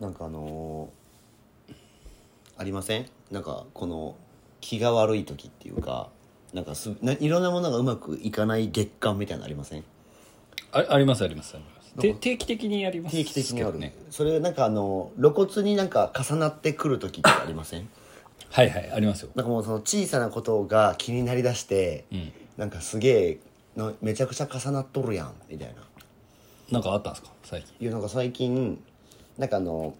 なんかあのーありませんなんかこの気が悪い時っていうかなんかすないろんなものがうまくいかない月間みたいなのありませんあありますありますありますて定期的にやります定期的にある、けどねそれなんかあの露骨になんか重なってくる時ってありませんはいはいありますよなんかもうその小さなことが気になりだして、うんなんかすげえのめちゃくちゃ重なっとるやんみたいななんかあったんですか最近いうのが最近なんかあの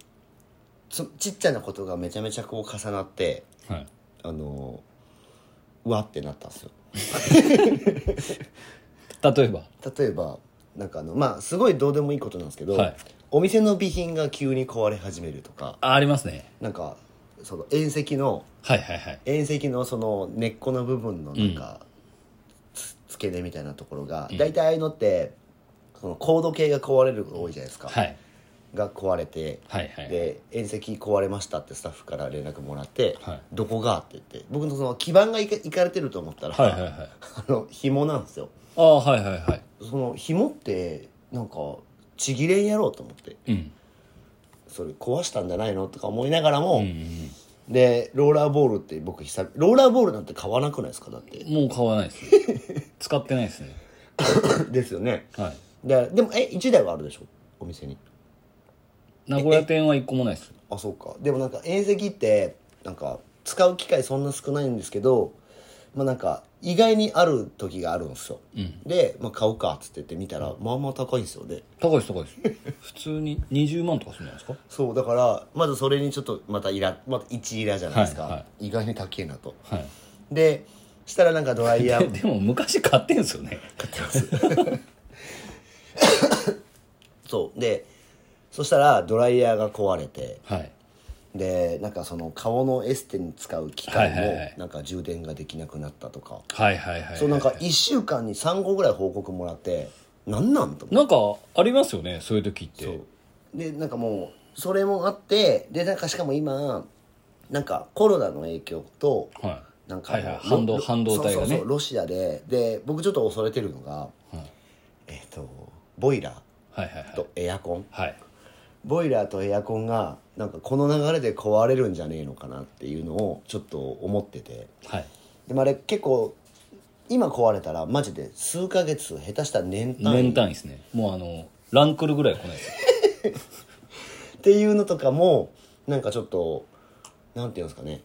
つちっちゃなことがめちゃめちゃこう重なってはいあのうわってなったんですよ例えば例えばなんかあのまあすごいどうでもいいことなんですけど、はいお店の備品が急に壊れ始めるとかあありますねなんかその縁石のはいはいはい縁石のその根っこの部分のなんか、つ付け根みたいなところが、大体ああいうのってそのコード系が壊れることが多いじゃないですか、はいが壊れて、はいはいで「縁石壊れました」ってスタッフから連絡もらって「はいどこが?」って言って僕のその基盤がいかいかれてると思ったら、はいはいはいあの紐なんですよああはいはいはいその紐ってなんかちぎれんやろうと思ってうんそれ壊したんじゃないのとか思いながらも、うんでローラーボールって僕久々ローラーボールなんて買わなくないですかだってもう買わないです ね使ってないですね ですよね はいででもえ1台はあるでしょお店に名古屋店は一個もないですあそうかでもなんか遠石ってなんか使う機会そんな少ないんですけどまあなんか意外にある時があるんですよ、うんで、まあ、買おうかっつって言って見たらまあまあ高いんですよね高いです高いです普通に20万とかするんじゃないですかそうだからまずそれにちょっとまたイラまた1イラじゃないですか、はいは意外に高えなとはいでしたらなんかドライヤー ででも昔買ってんすよね買ってますそうでそしたらドライヤーが壊れてはいでなんかその顔のエステに使う機械はいはいはもいなんか充電ができなくなったとか、はいはいはいそうなんか1週間に3個ぐらい報告もらってなんなんと思なんかありますよねそういう時ってってでなんかもうそれもあってでなんかしかも今なんかコロナの影響とはなんかはいはい半導ロ半導体がねそうそうそうロシアでで僕ちょっと恐れてるのがい、はい、えっ、とボイラはいはいーとエアコン、はいボイラーとエアコンがなんかこの流れで壊れるんじゃねえのかなっていうのをちょっと思っててはいでもあれ結構今壊れたらマジで数ヶ月下手したら年単位年単位ですねもうあのランクルぐらい来ないですっていうのとかもなんかちょっとなんていうんですかね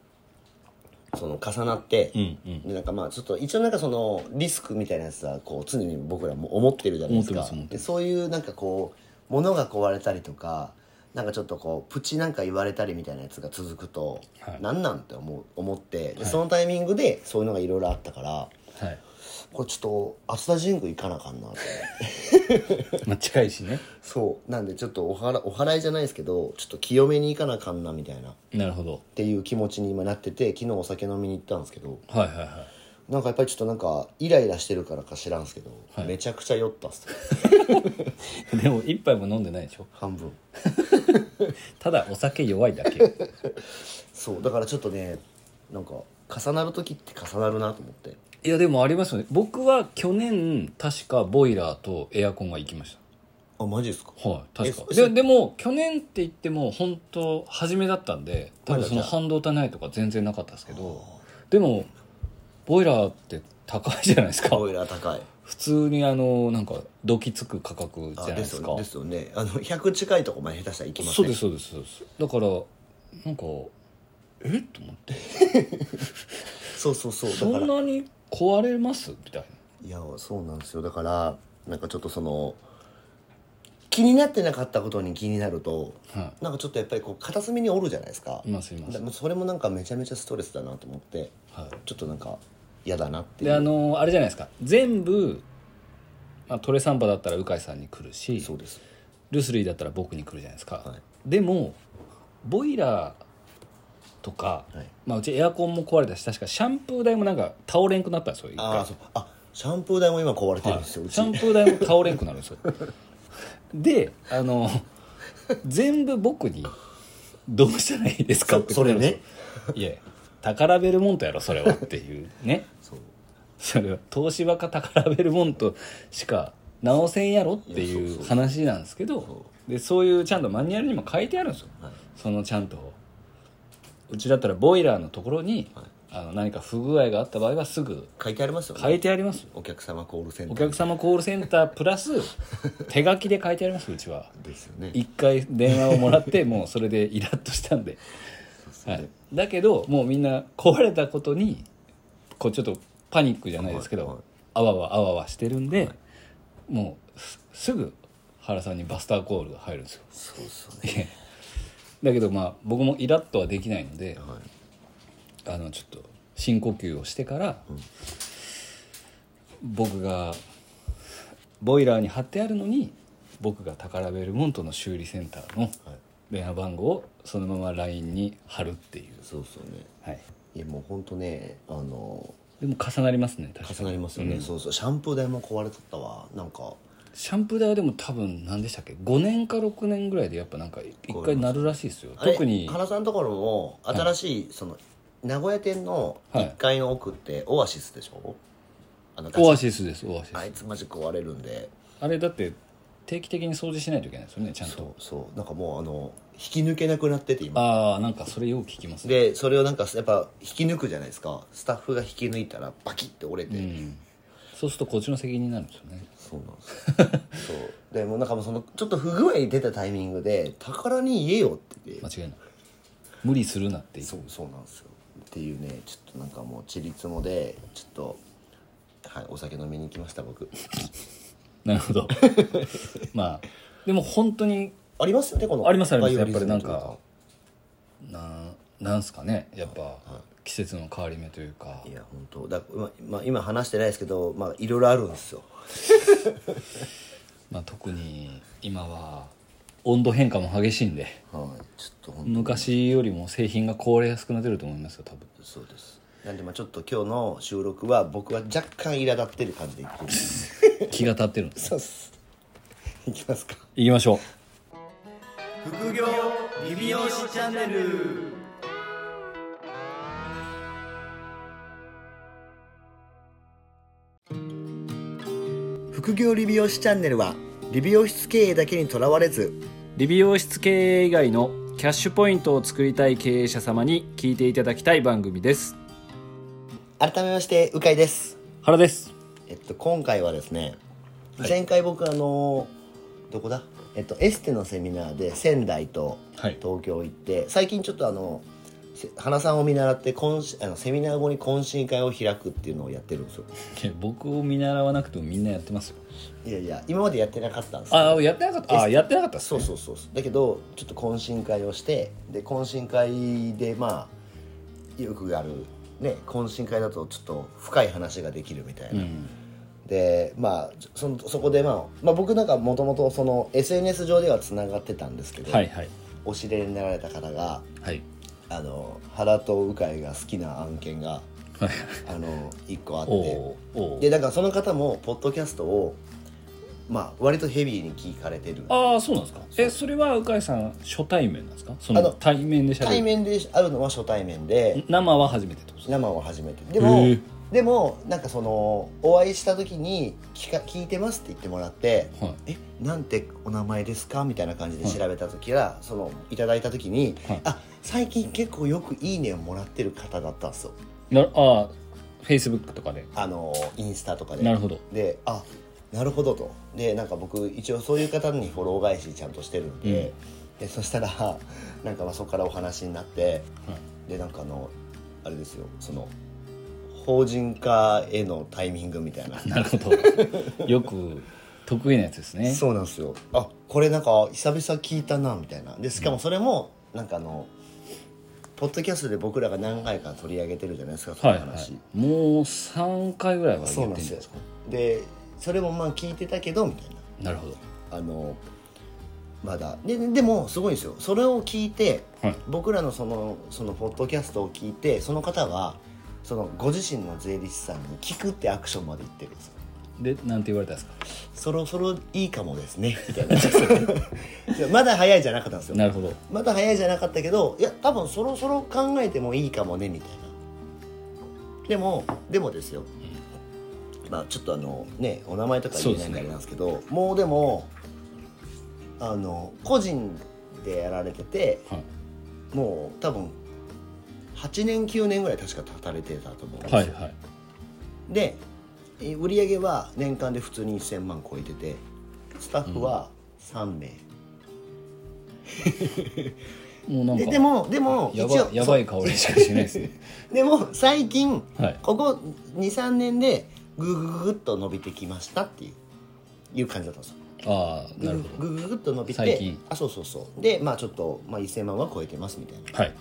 その重なって、うんうんでなんかまあちょっと一応なんかそのリスクみたいなやつはこう常に僕らも思ってるじゃないです思っかてます思ってでそういうなんかこう物が壊れたりとかなんかちょっとこうプチなんか言われたりみたいなやつが続くと、はいなんなんって思う思ってでそのタイミングでそういうのがいろいろあったから はいこれちょっと熱田神宮行かなあかんな って。まあ近いしねそうなんでちょっとおはらお祓いじゃないですけどちょっと清めに行かなあかんなみたいなっなるほどていう気持ちに今なってて昨日お酒飲みに行ったんですけどはいはいはいなんかやっぱりちょっとなんかイライラしてるからか知らんすけど、はいめちゃくちゃ酔ったっ すでも一杯も飲んでないでしょ半分ただお酒弱いだけ そうだからちょっとねなんか重なる時って重なるなと思っていやでもありますよね僕は去年確かボイラーとエアコンが行きましあマジですかたはいえ確そかででも去年って言っても本当初めだったんで多分そのまだじゃあ半導体ないとか全然なかったですけどでもボイラーって高いじゃないですかオイラー高い普通にあのなんかどきつく価格じゃあないでですよすねかですよねあの100近いとこまで下手したら行きますそうですそうですそうですだからなんかえと思ってそうそうそうそだからんなに壊れますみたいいやそうなんですよだからなんかちょっとその気になってなかったことに気になるとなはなんかちょっとやっぱりこう片隅におるじゃないですかいいますいますでもそれもなんかめちゃめちゃストレスだなと思ってはちょっとなんか嫌だなっていいうであのあれじゃないですか全部、まあ、トレサンバだったら鵜飼さんに来るしそうですルスリーだったら僕に来るじゃないですか、はでもボイラーとか、はいまあ、うちエアコンも壊れたし確かシャンプー台もなんか倒れんくなったんですよ一あ回あそうあシャンプー台も今壊れてるんはいですシよ、うちャンプー台も倒れんくなる んですよであの全部僕に「どうしたらいいですか?」ってそそれねいや宝ベルモントやろそれはっていう ねそうそれは東芝か宝ベルモントしか直せんやろっていやそういそうう話なんですけどでそういうちゃんとマニュアルにも書いてあるんですよはいそのちゃんとうちだったらボイラーのところに、はいあの何か不具合があった場合はすぐ書いてありますよね書いてありますよお客様コールセンタおー客様コールセンタープラス手書きで書いてありますうちはですよね一回電話をもら ってもうそれでイラッとしたんで、はい、だけどもうみんな壊れたことにこうちょっとパニックじゃないですけど、はいはいあわわあわわしてるんで、もうすすぐ原さんにバスターコールが入るんですよそうですよねいやだけどまあ僕もイラッとはできないのではいあのちょっと深呼吸をしてから、僕がボイラーに貼ってあるのに僕が宝ベルモントの修理センターのはい電話番号をそのまま LINE に貼るっていう、そうですよねはい、いやもう本当ねあのでも重なりますね確かに重なりますよね、そうそうシャンプー台も壊れとったわなんかシャンプー代はでも多分何でしたっけ5年か6年ぐらいでやっぱなんか一回なるらしいですよあれ特に原さんのところも新しい、その名古屋店のはい1階の奥ってオアシスでしょあのオアシスですオアシスあいつマジ壊れるんであれだって定期的に掃除しないといけないですよねちゃんとそうなんかもうあの引き抜けなくなってて今ああなんかそれよく聞きますねでそれをなんかやっぱ引き抜くじゃないですかスタッフが引き抜いたらバキッて折れて、うんそうするとこっちの責任になるんですよねそうなんですよそうでもうなんかもうそのちょっと不具合出たタイミングで「宝に言えよ」って言って間違いない無理するなっていうそうそうなんですよっていうねちょっとなんかもうちりつもでちょっとはいお酒飲みに行きました僕 なるほどまあでも本当にありますよねこのありますありますバイオリズムやっぱりなんというかななんすかねやっぱい季節の変わり目というかいや本当だまま今話してないですけどまあいろいろあるんですよまあ特に今は温度変化も激しいんではいちょっと本昔よりも製品が壊れやすくなってると思いますよ多分当そうですなんでまあちょっと今日の収録は僕は若干苛立ってる感じでいってる気が立ってるん ですそうっすいきますか行きましょう副業リビオシチャンネル副業理美容師チャンネルは理美容室経営だけにとらわれず理美容室経営以外のキャッシュポイントを作りたい経営者様に聞いていただきたい番組です改めまして鵜飼です原ですえっと今回はですね前回僕あのどこだえっとエステのセミナーで仙台とはい東京行って最近ちょっとあのせ花さんを見習って懇親あのセミナー後に懇親会を開くっていうのをやってるんですよいや僕を見習わなくてもみんなやってますよいやいや今までやってなかったんですけどああやってなかったああやってなかったっすそねうそうそうそうだけどちょっと懇親会をしてで懇親会でまあよくあるね懇親会だとちょっと深い話ができるみたいな、んでまあそのそこで、まあ、まあ僕なんかもともとその SNS 上ではつながってたんですけど、はいはいお知り合いになられた方がはいあの原と鵜飼が好きな案件がはいあの1個あっおて。おおでーだからその方もポッドキャストをまあ割とヘビーに聞かれてるああそうなんですかえそれは鵜飼さん初対面なんですかそあのの対面でしゃべ対る面で会うのは初対面で生は初めてってことですか生は初めてでもへえでもなんかそのお会いした時に聞か聞いてますって言ってもらっては「いえなんてお名前ですか?」みたいな感じで調べた時は、そのいただいた時に「はいあ最近結構よくいいねをもらってる方だったんですよなあフェイスブックとかであのインスタとかで」なるほどであなるほどとでなんか僕一応そういう方にフォロー返しちゃんとしてるんで,、でそしたらなんかまあそこからお話になってはいでなんかあのあれですよその法人化へのタイミングみたいな なるほど よく得意なやつですねそうなんですよあこれなんか久々聞いたなみたいなでしかもそれもなんかあのポッドキャストで僕らが何回か取り上げてるじゃないですかそのはい話、はいもう三回ぐらいはやってそうるなんんでですすよかでそれもまあ聞いてたけどみたいななるほどあのまだででもすごいんですよそれを聞いてはい僕らのそのそのポッドキャストを聞いてその方はそのご自身の税理士さんに聞くってアクションまで言ってるんですよでなんて言われたんですかそろそろいいかもですねみたい な いやまだ早いじゃなかったんですよなるほどまだ早いじゃなかったけどいや多分そろそろ考えてもいいかもねみたいなでもでもですよ、まあちょっとあのねお名前とか言えないんであれなんですけどもうでもあの個人でやられててはいもう多分8年9年ぐらい確か経たれてたと思うんですよ、はいはいでえー売り上げは年間で普通に1000万超えててスタッフは3名、もうなんかででもでもや一ば応やばい顔しかしないですね でも最近はいここ23年でググググっと伸びてきましたっていういう感じだったんですよああなるほググググっと伸びて最近あそうそうそうでまあちょっと、まあ、1000万は超えてますみたいなどはい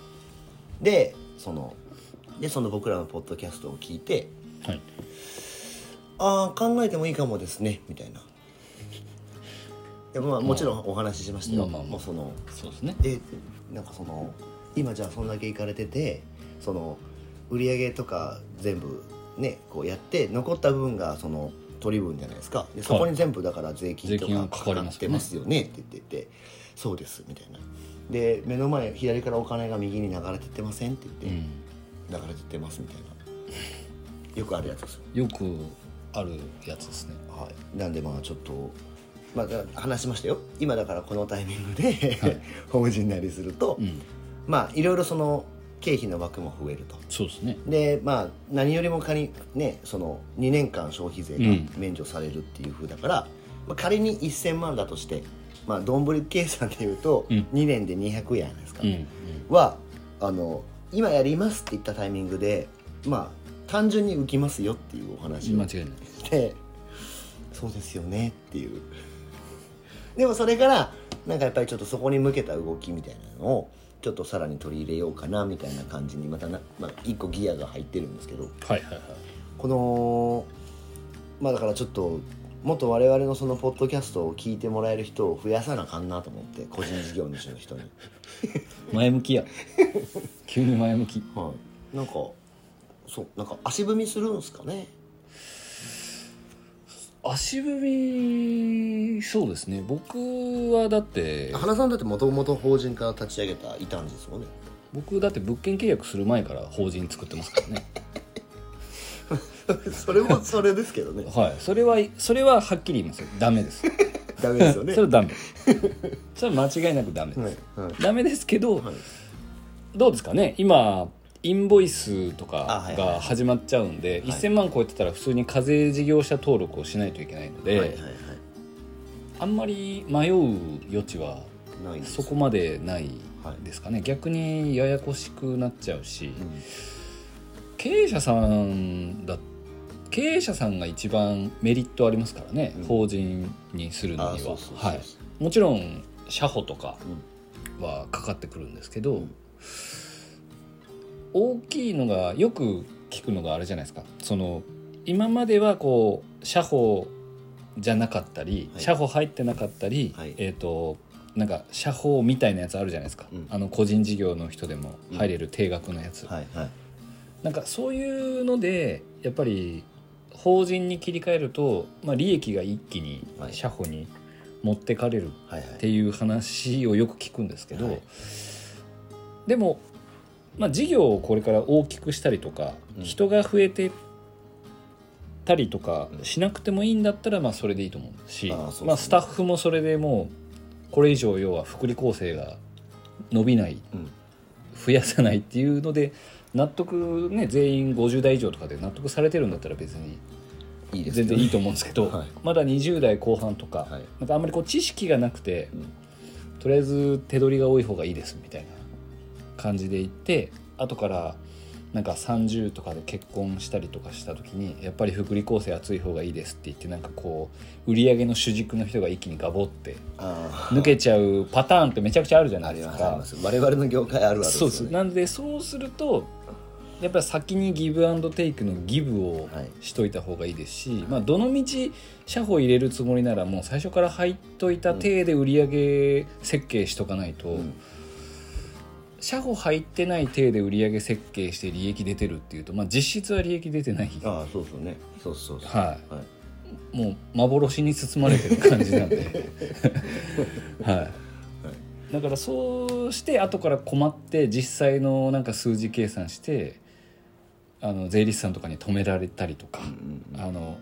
でそのでその僕らのポッドキャストを聞いてはいああ考えてもいいかもですねみた いなでもまあもちろんお話ししましたよ、まあまあまあもうそのそうですねでなんかその今じゃあそんだけ行かれててその売り上げとか全部ねこうやって残った分がその取り分じゃないですかでそこに全部だから税金と税金かはかかかかりまっすよねてますよねって言ってて「そうです」みたいなで目の前左からお金が右に流れてってませんってう言って、ん流れてってますみたいなよくあるやつですよよくあるやつですねはい、なんでまあちょっと、まあ、だ話しましたよ今だからこのタイミングで、 法人なりすると、うんまあいろいろその経費の枠も増えるとそうですねでまあ何よりも仮にねその2年間消費税がうん免除されるっていうふうだから、まあ、仮に1000万だとしてまあどんぶり計算で言うと、うん2年で200円じゃないですか、うんうんはあの今やりますって言ったタイミングでまあ単純に浮きますよっていうお話を間違いないってそうですよねっていうでもそれからなんかやっぱりちょっとそこに向けた動きみたいなのをちょっとさらに取り入れようかなみたいな感じにまたな、まあ、一個ギアが入ってるんですけどはいはいはいこのまあだからちょっともっと我々のそのポッドキャストを聞いてもらえる人を増やさなあかんなと思って個人事業主の人に、前向きや 急に前向き はい、なんかそうなんか足踏みするんですかね足踏みそうですね僕はだって花さんだってもともと法人から立ち上げた異端児ですもん ね僕だって物件契約する前から法人作ってますからねそれもそれですけどねはいそれはそれははっきり言いますよダメですダメですよね それはダメそれは間違いなくダメです、はいはいダメですけど、はいどうですかね今インボイスとあはかいはいはいが始まっちゃうんで、い1000万超えてたら普通に課税事業者登録をしないといけないので、はいはいはあんまり迷う余地はいないですそこまでないですかね、逆にややこしくなっちゃうし、うん経営者さんだ経営者さんが一番メリットありますからね、うん法人にするのあにそはうそうそうそうはいもちろん社保とかうんはかかってくるんですけど、うん大きいのがよく聞くのがあれじゃないですかその今まではこう社保じゃなかったり、はい社保入ってなかったり、はいえっ、となんか社保みたいなやつあるじゃないですか、うんあの個人事業の人でも入れる定額のやつ、はいはいなんかそういうのでやっぱり法人に切り替えると、まあ、利益が一気にはい社保に持ってかれるはいはいっていう話をよく聞くんですけど、はいでも、まあ、事業をこれから大きくしたりとか、うん人が増えてたりとかうんしなくてもいいんだったらまあそれでいいと思うしあーそうですねまあ、スタッフもそれでもうこれ以上要は福利厚生が伸びないうん増やさないっていうので納得ね全員50代以上とかで納得されてるんだったら別にいいです全然いいと思うんですけど、はいまだ20代後半とか、はいなんかあんまりこう知識がなくて、うんとりあえず手取りが多い方がいいですみたいな感じで言って後からなんか30とかで結婚したりとかした時にやっぱり福利厚生厚い方がいいですって言ってなんかこう売り上げの主軸の人が一気にガボってあー抜けちゃうパターンってめちゃくちゃあるじゃなあいでりすますありかま。す我々の業界あるあるそうですねなんでそうするとやっぱり先にギブアンドテイクのギブをはいしといた方がいいですし、まあ、どのみち社保入れるつもりならもう最初から入っといた体で売り上げ設計しとかないと、うん社保入ってない体で売り上げ設計して利益出てるっていうと、まあ、実質は利益出てない、ああそうそうねそうそうそう、はいはい、い、もう幻に包まれてる感じな んで、はい。だからそうして後から困って実際のなんか数字計算してあの税理士さんとかに止められたりとか、うんうんうんあの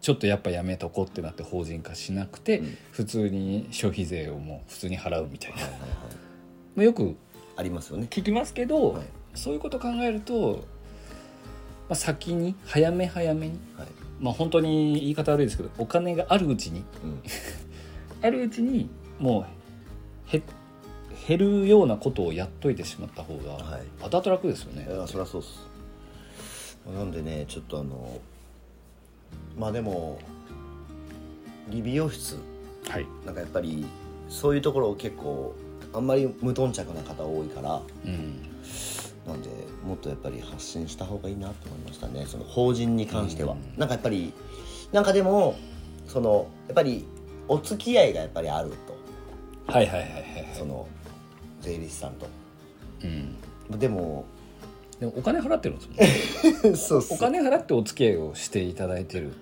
ちょっとやっぱやめとこうってなって法人化しなくて、うん普通に消費税をもう普通に払うみたいはないはいはいまあよくありますよね聞きますけど、はいそういうこと考えると、まあ、先に早め早めに、はい、まあ本当に言い方悪いですけどお金があるうちにうん、あるうちにもうへ減るようなことをやっといてしまった方が、はい後々楽ですよねい。やそりゃそうっすなんでねちょっとあのまあでも理美容室はい、なんかやっぱりそういうところを結構あんまり無頓着な方多いからうんなんでもっとやっぱり発信した方がいいなと思いましたねその法人に関しては、うんなんかやっぱりなんかでもそのやっぱりお付き合いがやっぱりあるとはいはいはいはいはいその税理士さんとうんでもでもお金払ってるんですもん ねそうっすお金払ってお付き合いをしていただいてる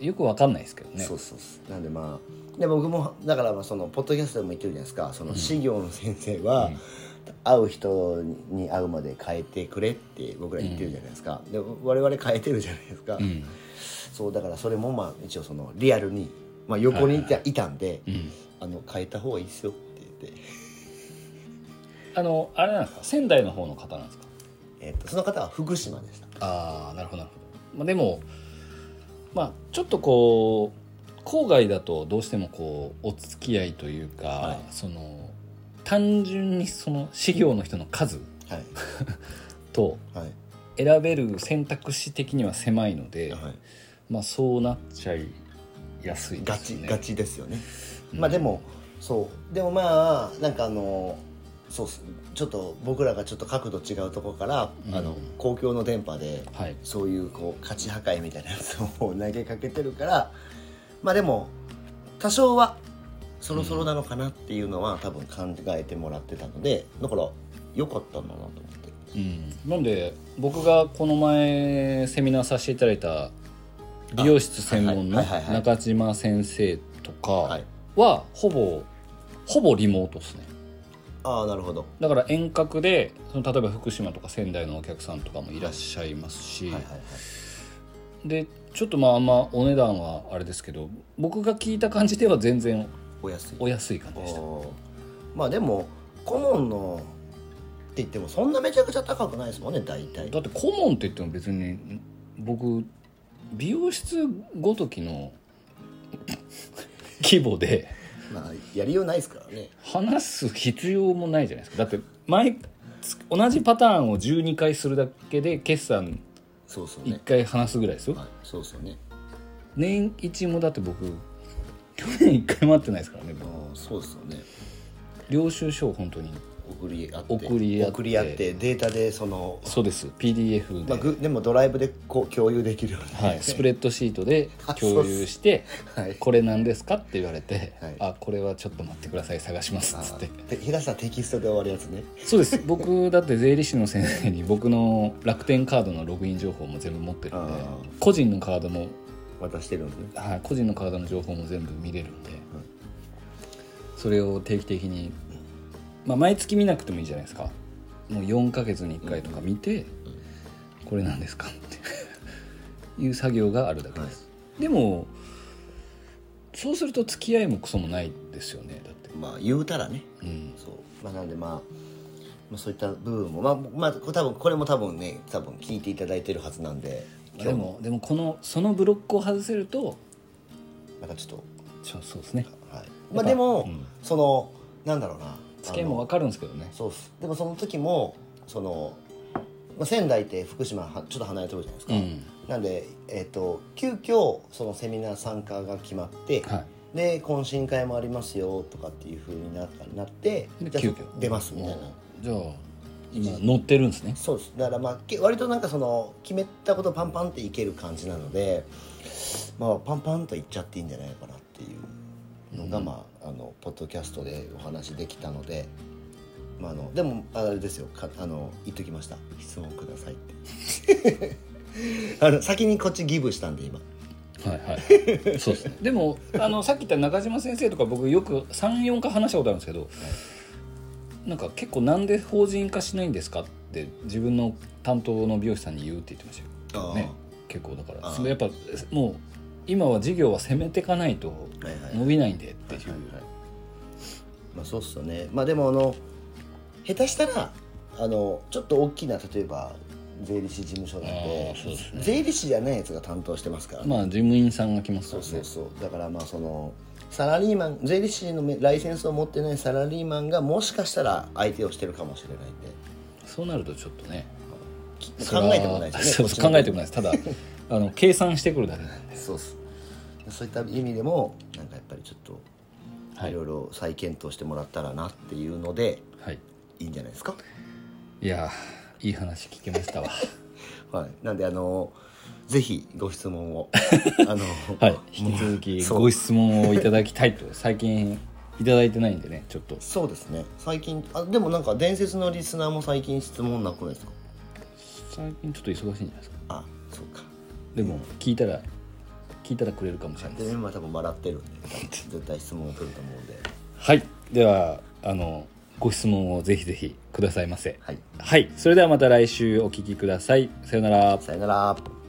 よくわかんないですけどねそうそうそうなんでまあでも僕もだからまあそのポッドキャストでも言ってるじゃないですかその修行の先生は、うん会う人に会うまで変えてくれって僕ら言ってるじゃないですか、で我々変えてるじゃないですか、うんそうだからそれもまあ一応そのリアルに、まあ、横にいた,、はいたんで、うんあの変えた方がいいですよって言って、あのあれなんですか仙台の方の方なんですかえっとその方は福島でしたああなるほどなるほど、まあ、でもまあちょっとこう郊外だとどうしてもこうお付き合いというか、はいその単純にその資料の人の数はいとはい選べる選択肢的には狭いので、はいまあそうなっちゃいやすいでガすチよねガチですよね、うんまあでもそうでもまあなんかあのそうっすちょっと僕らがちょっと角度違うとこから、うんあの公共の電波ではいそういうこう価値破壊みたいなやつを投げかけてるからまあでも多少はそろそろなのかなっていうのは多分考えてもらってたのでだから良かったんだなと思ってうん、なんで僕がこの前セミナーさせていただいた美容室専門のはいはいはいはい中島先生とはかいはほぼほぼリモートですねああなるほどだから遠隔でその例えば福島とか仙台のお客さんとかもいらっしゃいますし、はいはいはいでちょっとまああんまお値段はあれですけど僕が聞いた感じでは全然お安いお安い感じでしたおーまあでも顧問のって言ってもそんなめちゃくちゃ高くないですもんね大体だって顧問って言っても別に僕美容室ごときの 規模でまあやりようないですからね話す必要もないじゃないですかだって毎月同じパターンを12回するだけで決算そうそうね1回話すぐらいですよ、はいそうそうね年一もだって僕去年1回も会ってないですからねあーそうですよね領収書を本当に送り合って送り合って送り合ってデータでその、そうです PDF で、まあ、ぐでもドライブでこう共有できるようにはい、スプレッドシートであ共有して はいこれ何ですかって言われて、はいあこれはちょっと待ってください探しますっつってあーで平田さんテキストで終わるやつねそうです僕だって税理士の先生に僕の楽天カードのログイン情報も全部持ってるんであー個人のカードも、渡してるんですねはい、個人のカードの情報も全部見れるんで、それを定期的に、まあ、毎月見なくてもいいじゃないですかもう4ヶ月に1回とか見て、これなんですかって いう作業があるだけです、でもそうすると付き合いもクソもないですよねだってまあ言うたらねうんそうまあなんでまあまあそういった部分もまあ、まあ、こ多分これも多分ね多分聞いていただいてるはずなんでまあでもでもこのそのブロックを外せるとなんかちょっちょそうですねとはいまあでも、うんそのなんだろうな付き合いもわかるんですけどねあのそうっすでもその時もその、まあ、仙台って福島はちょっと離れてるじゃないですうか、んなんでえっ、と急遽そのセミナー参加が決まって、はで懇親会もありますよとかっていうふうにななっていでじゃあ急遽出ますみたいなおーじゃあ今乗ってるんですねそうですだからまあけ割となんかその決めたことパンパンっていける感じなのでまあパンパンといっちゃっていいんじゃないかなっていうのが、まああのポッドキャストでお話できたので、まあ、あのでもあれですよかあの言っときました質問くださいって あの先にこっちギブしたんで今はいはいそうですね でもあのさっき言った中島先生とか僕よく34回話したことあるんですけど、なんか結構なんで法人化しないんですかって自分の担当の美容師さんに言うって言ってましたよ、ね、結構だかあらーそのやっぱもう今は事業は攻めていかないとはいはい伸びないんでっていう、まあそうっすよねまあでもあの下手したらあのちょっと大きな例えば税理士事務所なんあてあそうですね税理士じゃないやつが担当してますからね、まあ事務員さんが来ますかそらうねそうそうだからまあそのサラリーマン税理士のめライセンスを持ってないサラリーマンがもしかしたら相手をしてるかもしれないんでそうなるとちょっとねきそれは考えてもないですそねうそう考えてもいないで すただあの計算してくるだけなんでそうっすそういった意味でもなんかやっぱりちょっとはいいろいろ再検討してもらったらなっていうのではいいいんじゃないですかいやーいい話聞きましたわはい、なんであのぜひご質問 をあの、はい引き続きそうご質問をいただきたいと最近いただいてないんでねちょっとそうですね最近あでもなんか伝説のリスナーも最近質問なくないですか最近ちょっと忙しいんじゃないですかあそうかでも聞いたら聞いたらくれるかもしれないでです今多分笑ってるんで多分絶対質問を来ると思うんではいではあのご質問をぜひぜひくださいませはいはいそれではまた来週お聞きくださいさようならさよなら